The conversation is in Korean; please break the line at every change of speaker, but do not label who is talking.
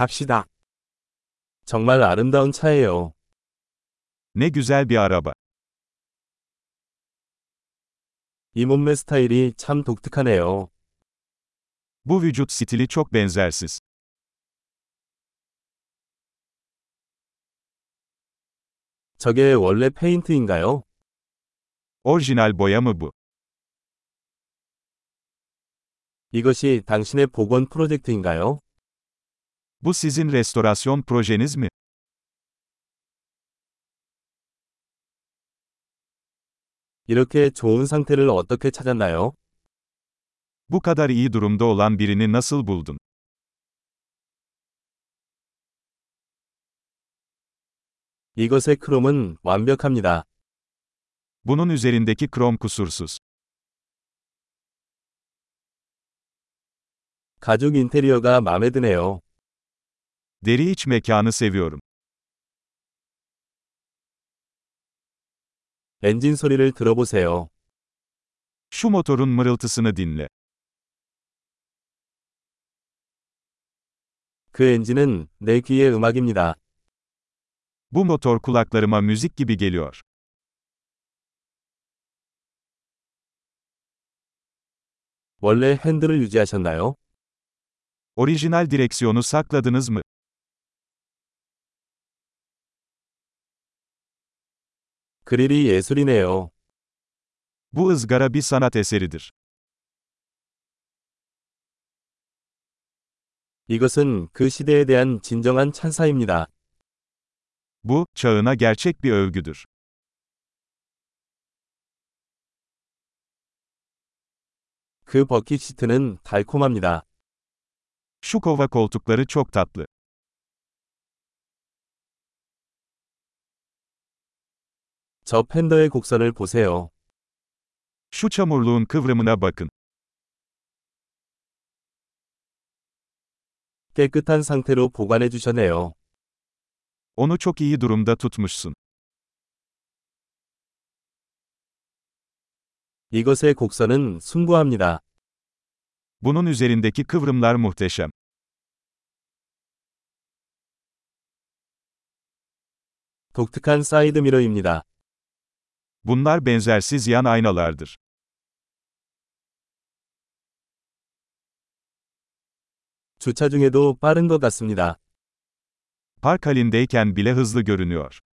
갑시다. 정말 아름다운 차예요.
Ne güzel bir araba.
이 몸매 스타일이 참 독특하네요.
Bu vücut stili çok benzersiz.
저게 원래 페인트인가요?
Orijinal boya mı bu?
이것이 당신의 복원 프로젝트인가요?
Bu sizin restorasyon projeniz mi?
이렇게 좋은 상태를 어떻게 찾았나요?
Bu kadar iyi durumda olan birini nasıl buldun?
이것의 크롬은 완벽합니다.
Bunun üzerindeki krom kusursuz.
가죽 인테리어가 마음에 드네요.
Deri iç mekanı seviyorum.
엔진 소리를 들어보세요.
Şu motorun mırıltısını dinle.
그 엔진은 내 귀의 음악입니다.
Bu motor kulaklarıma müzik gibi geliyor.
원래 핸들을 유지하셨나요?
Orijinal direksiyonu sakladınız mı?
그릴이 예술이네요.
Bu ızgara bir sanat eseridir.
이것은 그 시대에 대한 진정한 찬사입니다.
Bu, çağına gerçek bir övgüdür.
그 버킷 시트는 달콤합니다.
Şu kova koltukları çok tatlı.
저 팬더의 곡선을 보세요.
Şu çamurluğun kıvrımına bakın.
깨끗한 상태로 보관해 주셨네요.
Onu çok iyi durumda tutmuşsun.
이것의 곡선은 숭고합니다.
Bunun üzerindeki kıvrımlar muhteşem.
독특한 사이드 미러입니다.
Bunlar benzersiz yan aynalardır.
주차 중에도 빠른 것 같습니다.
Park halindeyken bile hızlı görünüyor.